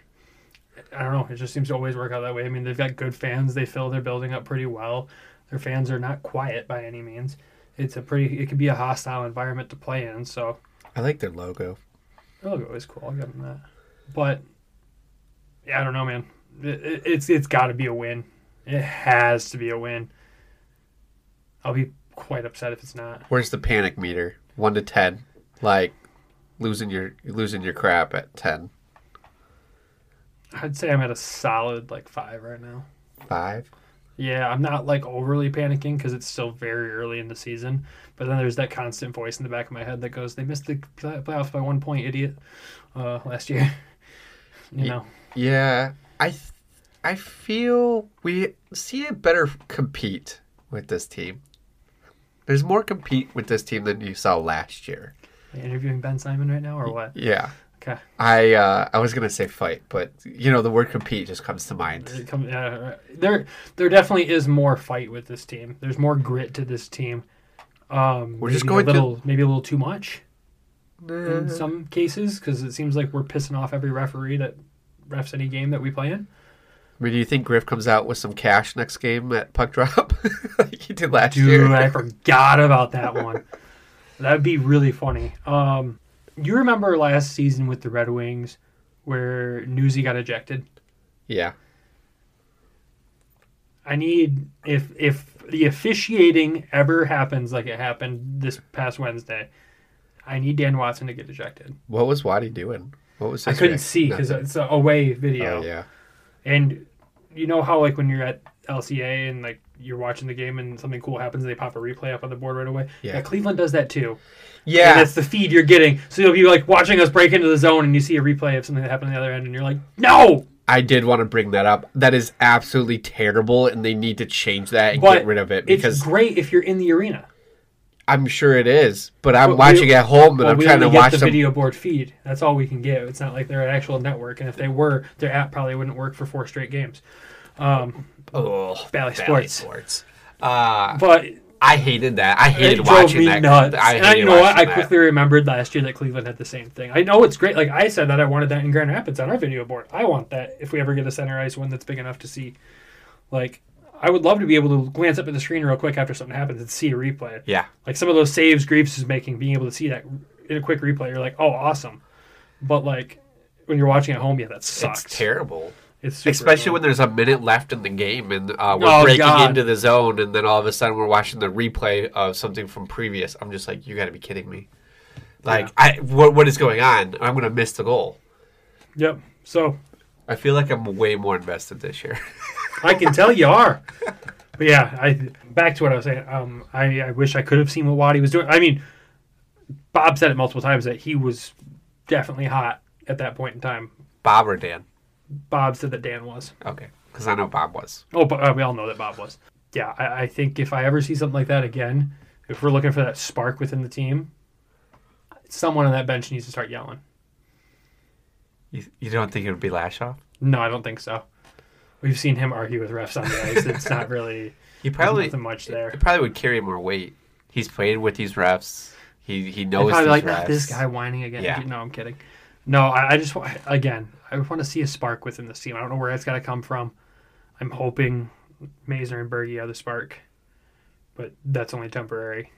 I don't know. It just seems to always work out that way. I mean, they've got good fans. They fill their building up pretty well. Their fans are not quiet by any means. It's a pretty. It could be a hostile environment to play in. So I like their logo. their logo is cool. I'll give them that. But yeah, I don't know, man. It, it- it's it's got to be a win. It has to be a win. I'll be quite upset if it's not. Where's the panic meter? One to ten. Like losing your losing your crap at ten. I'd say I'm at a solid like five right now. Five. Yeah, I'm not like overly panicking because it's still very early in the season. But then there's that constant voice in the back of my head that goes, "They missed the play- playoffs by one point, idiot." Uh, last year, you know, Yeah. I th- I feel we see it better compete with this team. There's more compete with this team than you saw last year. Are you interviewing Ben Simon right now or what? Yeah. Okay, I uh, I was gonna say fight, but you know the word compete just comes to mind. It come- yeah, right. there there definitely is more fight with this team. There's more grit to this team. Um, We're just maybe a going to- little, maybe a little too much in some cases because it seems like we're pissing off every referee that refs any game that we play in. I mean, do you think Griff comes out with some cash next game at puck drop like he did last Dude, year? I forgot about that one. That'd be really funny. Um, you remember last season with the Red Wings where Newsy got ejected? Yeah. I need if if the officiating ever happens like it happened this past Wednesday, I need Dan Watson to get ejected. What was Waddy doing? What was I his couldn't reaction? see because Nothing. it's a away video. Oh, yeah. And you know how like when you're at LCA and like you're watching the game and something cool happens, they pop a replay up on the board right away. Yeah. yeah Cleveland does that too. Yeah. And that's the feed you're getting. So you'll be like watching us break into the zone and you see a replay of something that happened on the other end and you're like, no! I did want to bring that up. That is absolutely terrible, and they need to change that and But get rid of it it's because great if you're in the arena. I'm sure it is. But I'm But we- watching at home, and But I'm we trying to only get watch the them. video board feed. That's all we can get. It's not like they're an actual network. And if they were, their app probably wouldn't work for four straight games. Um, Oh, Valley Valley Sports. Sports. Uh, but I hated that. I hated it drove watching me that. nuts. I and I, hated you know what? I watching that. quickly remembered last year that Cleveland had the same thing. I know it's great. Like I said that I wanted that in Grand Rapids on our video board. I want that if we ever get a center ice one that's big enough to see. Like I would love to be able to glance up at the screen real quick after something happens and see a replay. Yeah. Like some of those saves Greaves is making, being able to see that in a quick replay, you're like, oh, awesome. But like when you're watching at home, yeah, that sucks. It's terrible. It's super Especially annoying. when there's a minute left in the game and uh, we're Oh, breaking God. into the zone, and then all of a sudden we're watching the replay of something from previous. I'm just like, you got to be kidding me! Like, I what what is going on? I'm gonna miss the goal. Yep. So I feel like I'm way more invested this year. I can tell you are. But yeah, I back to what I was saying. Um, I, I wish I could have seen what Waddy was doing. I mean, Bob said it multiple times that he was definitely hot at that point in time. Bob or Dan? Bob said that Dan was. Okay, because I know Bob was. Oh, but uh, we all know that Bob was. Yeah, I, I think if I ever see something like that again, if we're looking for that spark within the team, someone on that bench needs to start yelling. You, you don't think it would be Lashoff? No, I don't think so. We've seen him argue with refs on the ice. It's not really He probably nothing much there. It probably would carry more weight. He's played with these refs. He he knows probably these like refs. "Ah, this guy whining again. Yeah. No, I'm kidding. No, I, I just wa- again, I want to see a spark within this team. I don't know where it's got to come from. I'm hoping Mazur and Bergie are the spark, but that's only temporary.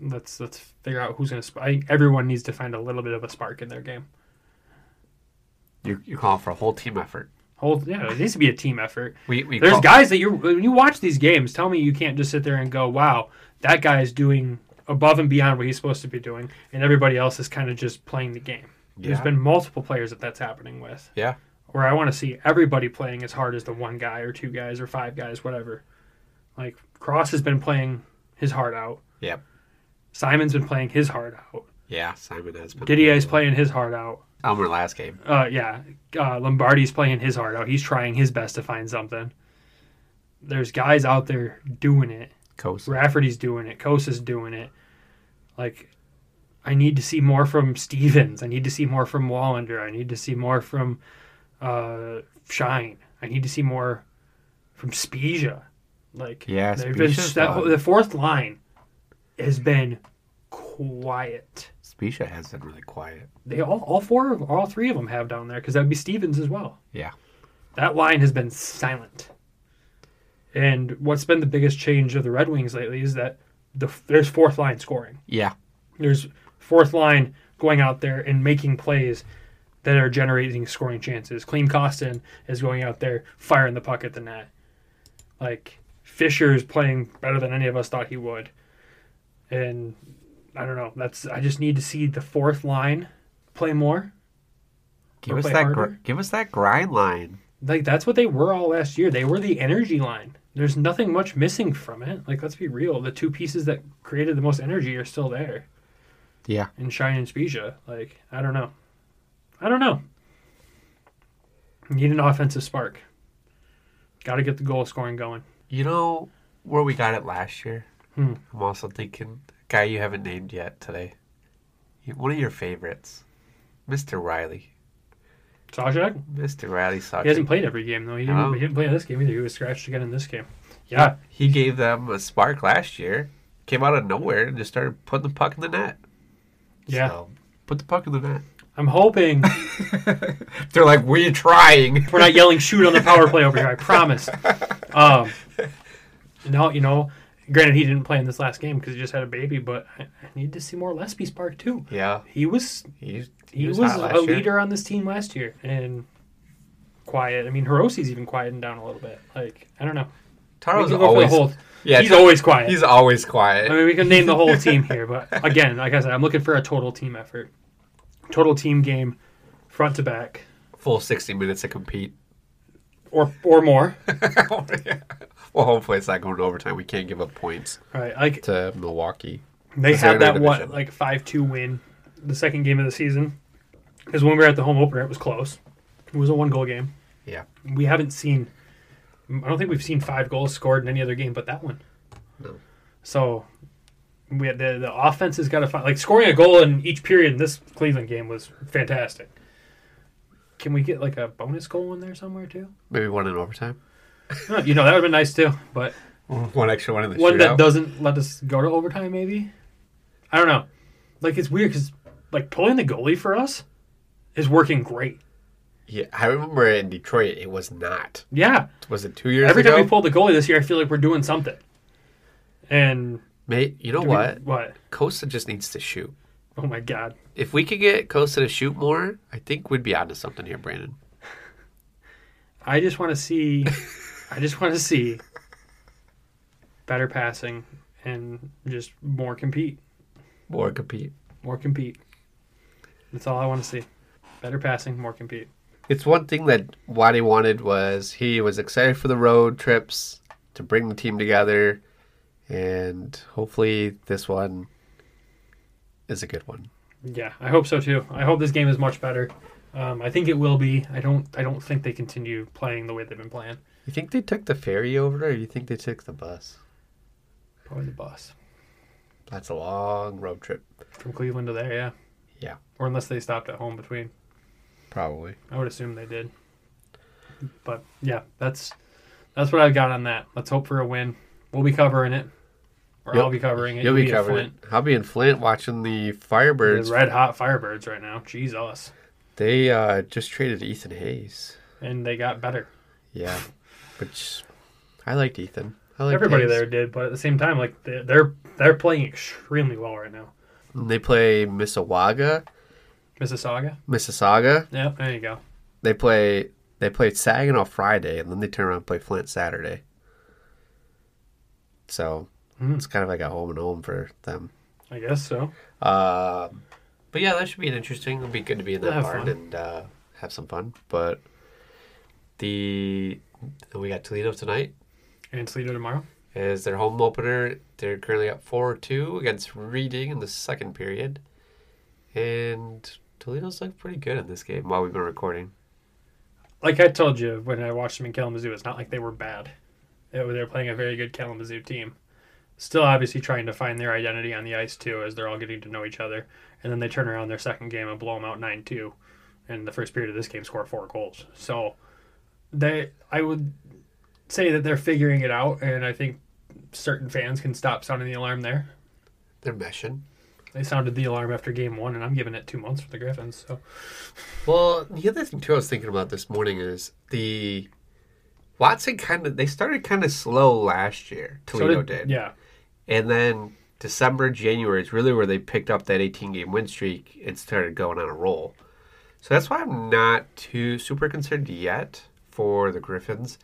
Let's let's figure out who's going to. Sp- I, everyone needs to find a little bit of a spark in their game. You you call for a whole team effort. Hold, yeah, it needs to be a team effort. We we There's call- guys that you when you watch these games. Tell me you can't just sit there and go, "Wow, that guy is doing above and beyond what he's supposed to be doing," and everybody else is kind of just playing the game. There's Yeah. been multiple players that that's happening with, Yeah. where I want to see everybody playing as hard as the one guy or two guys or five guys, whatever. Like Cross has been playing his heart out. Yep. Simon's been playing his heart out. Yeah. Simon has been. Didier's playing his heart out. Elmer last game. Uh, yeah, uh, Lombardi's playing his heart out. He's trying his best to find something. There's guys out there doing it. Coast. Rafferty's doing it. Kosa's doing it. Like, I need to see more from Stevens. I need to see more from Wallander. I need to see more from uh, Shine. I need to see more from Spezia. Like, Yeah, they've been, Spezia's that, fun. the fourth line has been quiet. Specia has been really quiet. They all, all four, of- all three of them have down there because that would be Stevens as well. Yeah. That line has been silent. And what's been the biggest change of the Red Wings lately is that the there's fourth line scoring. Yeah. There's fourth line going out there and making plays that are generating scoring chances. Clean Costin is going out there firing the puck at the net. Like Fisher's playing better than any of us thought he would. And I don't know. That's I just need to see the fourth line play more. Give Or us play that. Gr- harder. give us that grind line. Like that's what they were all last year. They were the energy line. There's nothing much missing from it. Like let's be real. The two pieces that created the most energy are still there. Yeah. in Shine and Spezia. Like, I don't know. I don't know. Need an offensive spark. Got to get the goal scoring going. You know where we got it last year? Hmm. I'm also thinking guy you haven't named yet today. One of your favorites, Mr. Riley. Sajak, Mr. Riley he hasn't Sachi. played every game though. He didn't, No. he didn't play in this game either. He was scratched again in this game. Yeah, He gave them a spark last year. Came out of nowhere and just started putting the puck in the net. yeah. So, put the puck in the net. I'm hoping They're like, we're trying. we're not yelling shoot on the power play over here. I promise. Um, no, you know, granted he didn't play in this last game because he just had a baby, but I, I need to see more Lesby spark too. Yeah, He was he's, he was, hot last a year. leader on this team last year and quiet. I mean, Hiroshi's even quieting down a little bit. Like, I don't know. We Taro's can go for the always whole- yeah. he's Ta- always quiet. He's always quiet. I mean, we can name the whole team here, but again, like I said, I'm looking for a total team effort, total team game, front to back, Full sixty minutes to compete. or or more. Well, hopefully it's not going to overtime. We can't give up points Right? Like to Milwaukee. they Is there had that another what division? like five two win, the second game of the season, because when we were at the home opener, it was close. It was a one goal game. Yeah. We haven't seen. I don't think we've seen five goals scored in any other game but that one. No. So we had the the offense has got to find like scoring a goal in each period in this Cleveland game was fantastic. Can we get like a bonus goal in there somewhere too? Maybe one in overtime. No, you know that would have been nice too, but One extra one in the one that shootout. doesn't let us go to overtime maybe. I don't know. Like it's weird because like pulling the goalie for us is working great. Yeah, I remember in Detroit it was not. Yeah, Was it two years every ago? time we pull the goalie this year, I feel like we're doing something. And Mate, you know do we- what? what? Costa just needs to shoot. Oh my god. If we could get Costa to shoot more, I think we'd be onto something here, Brandon. I just want to see. I just want to see better passing and just more compete, More compete. more compete. That's all I want to see. Better passing, more compete. It's one thing that Wadi wanted was he was excited for the road trips to bring the team together, and hopefully this one is a good one. Yeah, I hope so too. I hope this game is much better. Um, I think it will be. I don't. I don't think they continue playing the way they've been playing. You think they took the ferry over, or you think they took the bus? Probably the bus That's a long road trip, from Cleveland to there. Yeah. Yeah. Or unless they stopped at home between. probably. I would assume they did. But yeah, that's that's what I've got on that. Let's hope for a win. We'll be covering it, or You'll- I'll be covering it. You'll be at covering. it. Flint. I'll be in Flint watching the The Firebirds. red hot Firebirds right now. Jesus, They uh, just traded Ethan Hayes. and they got better. Yeah, which I liked Ethan. I liked Everybody Hayes. there did, but at the same time, like they're they're, they're playing extremely well right now. And they play Mississauga, Mississauga. Mississauga. Yeah, there you go. They play they played Saginaw Friday, and then they turn around and play Flint Saturday. So Hmm. it's kind of like a home and home for them. I guess so. Um, but yeah, that should be an interesting. It'll be good to be in They'll that have barn fun. and uh, have some fun. But the we got Toledo tonight And Toledo tomorrow. is their home opener. They're currently up four two against Reading in the second period, and Toledo's looked pretty good in this game while we've been recording. Like I told you when I watched them in Kalamazoo, it's not like they were bad. They were, they were playing a very good Kalamazoo team. Still, obviously, trying to find their identity on the ice too, as they're all getting to know each other. And then they turn around their second game and blow them out nine two, and the first period of this game score four goals. So, they I would say that they're figuring it out, and I think certain fans can stop sounding the alarm there. They're meshing. They sounded the alarm after game one, and I'm giving it two months for the Griffins. So, Well, the other thing too, I was thinking about this morning is the Watson kind of they started kind of slow last year. so Toledo did, yeah, and then December, January is really where they picked up that 18 game win streak and started going on a roll. So that's why I'm not too super concerned yet for the Griffins.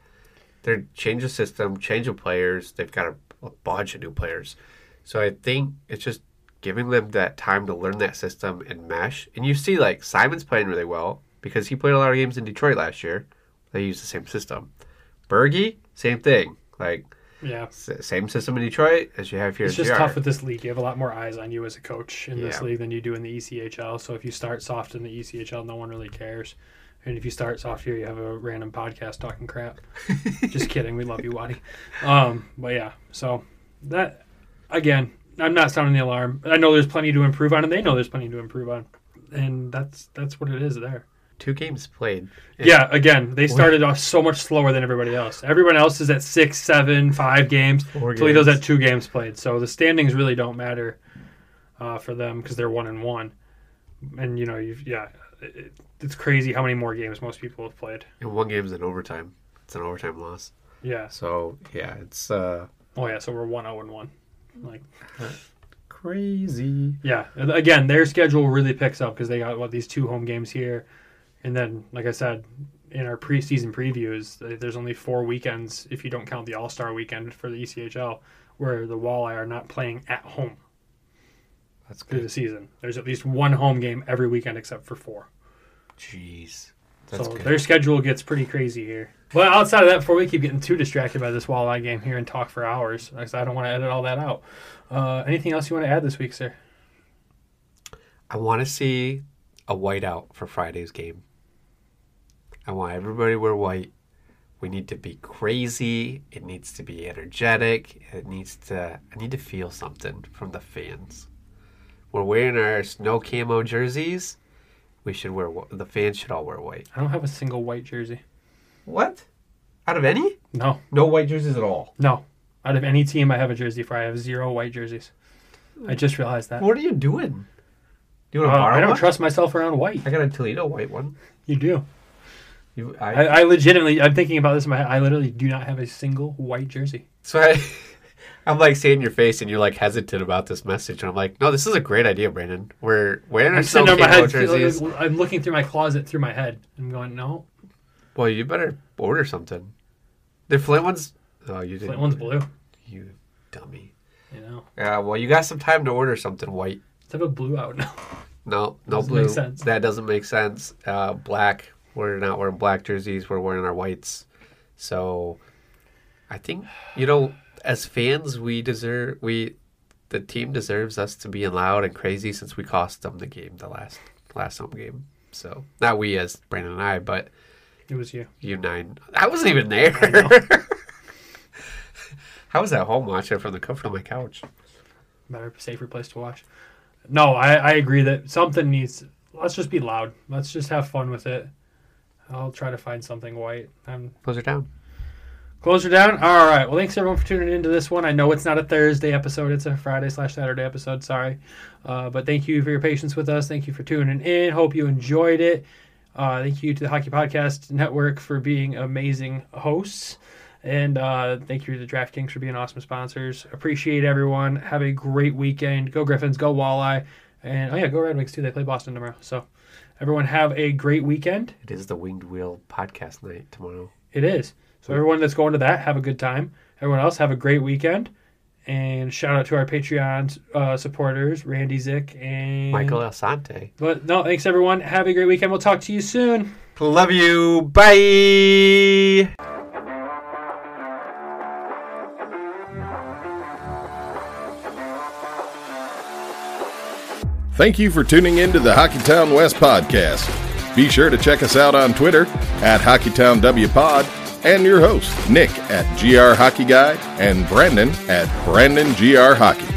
They're change the system, change of players. They've got a, a bunch of new players, so I think it's just giving them that time to learn that system and mesh. And you see, like Simon's playing really well because he played a lot of games in Detroit last year. They used the same system. Bergie, same thing. Like Yeah. s- same system in Detroit as you have here. It's in just GR. tough with this league. You have a lot more eyes on you as a coach in this Yeah. league than you do in the E ECHL. So if you start soft in the E ECHL, no one really cares. And if you start soft here, you have a random podcast talking crap. just kidding. We love you, Waddy. Um, but yeah, so that again, I'm not sounding the alarm. I know there's plenty to improve on, and they know there's plenty to improve on, and that's that's what it is there. two games played. Yeah, again, they started off so much slower than everybody else. Everyone else is at six, seven, five games. Four Toledo's games. at two games played, so the standings really don't matter uh, for them because they're one and one. And you know, you've, yeah, it, it's crazy how many more games most people have played. And one game's in overtime. It's an overtime loss. Yeah. So yeah, it's uh Oh yeah, so we're one zero and one. Like crazy. yeah, and again, their schedule really picks up because they got what these two home games here, and then like I said. In our preseason previews, th- there's only four weekends if you don't count the All Star weekend for the E ECHL, where the Walleye are not playing at home That's through good. the season. There's at least one home game every weekend except for four. Jeez. That's so good. their schedule gets pretty crazy here. Well, outside of that, before we keep getting too distracted by this walleye game here and talk for hours, 'cause I don't want to edit all that out. Uh, anything else you want to add this week, sir? I want to see a whiteout for Friday's game. I want everybody to wear white. We need to be crazy. It needs to be energetic. It needs to. I need to feel something from the fans. We're wearing our snow camo jerseys. We should wear. wh- The fans should all wear white. I don't have a single white jersey. What? Out of any? No, No white jerseys at all. no. Out of any team I have a jersey for, I have zero white jerseys. I just realized that. What are you doing? Do you Uh, want to borrow I don't one? trust myself around white. I got a Toledo white one. You do. You, I, I legitimately, I'm thinking about this in my head. I literally do not have a single white jersey. So I, I'm like seeing your face, and you're like hesitant about this message, and I'm like, no, this is a great idea, Brandon. We're wearing our I'm sitting snow on my camo head. jerseys. I'm looking through my closet through my head. I'm going, no, Well, you better order something. The Flint ones. Oh, you didn't. that one's blue. You dummy. You know, Yeah. Well, you got some time to order something white. let's have a blue out now. No, no Doesn't blue. make sense. That doesn't make sense. Uh, black. We're not wearing black jerseys. We're wearing our whites. So, I think you know, as fans, we deserve we, the team deserves us to be loud and crazy since we cost them the game the last last home game. So not we as Brandon and I, but It was you. you nine. I wasn't even there. I was at home watching from the comfort of my couch. Better, safer place to watch. No, I, I agree that something needs. Let's just be loud. Let's just have fun with it. I'll try to find something white. Um, Close her down. close her down. All right. Well, thanks everyone for tuning into this one. I know it's not a Thursday episode; it's a Friday slash Saturday episode. Sorry, uh, but thank you for your patience with us. Thank you for tuning in. Hope you enjoyed it. Uh, thank you to the Hockey Podcast Network for being amazing hosts. And uh, thank you to DraftKings for being awesome sponsors. Appreciate everyone. Have a great weekend. Go Griffins. Go Walleye. And oh, yeah, go Red Wings too. They play Boston tomorrow. So everyone have a great weekend. It is the Winged Wheel podcast night tomorrow. It is. So everyone that's going to that, have a good time. Everyone else, have a great weekend. And shout out to our Patreon uh, supporters, Randy Zick and Michael Alsante. But no, thanks everyone. Have a great weekend. We'll talk to you soon. Love you. Bye. Thank you for tuning in to the Hockeytown West podcast. Be sure to check us out on Twitter at HockeytownWPod and your hosts, Nick at GR Hockey Guy and Brandon at Brandon GR Hockey.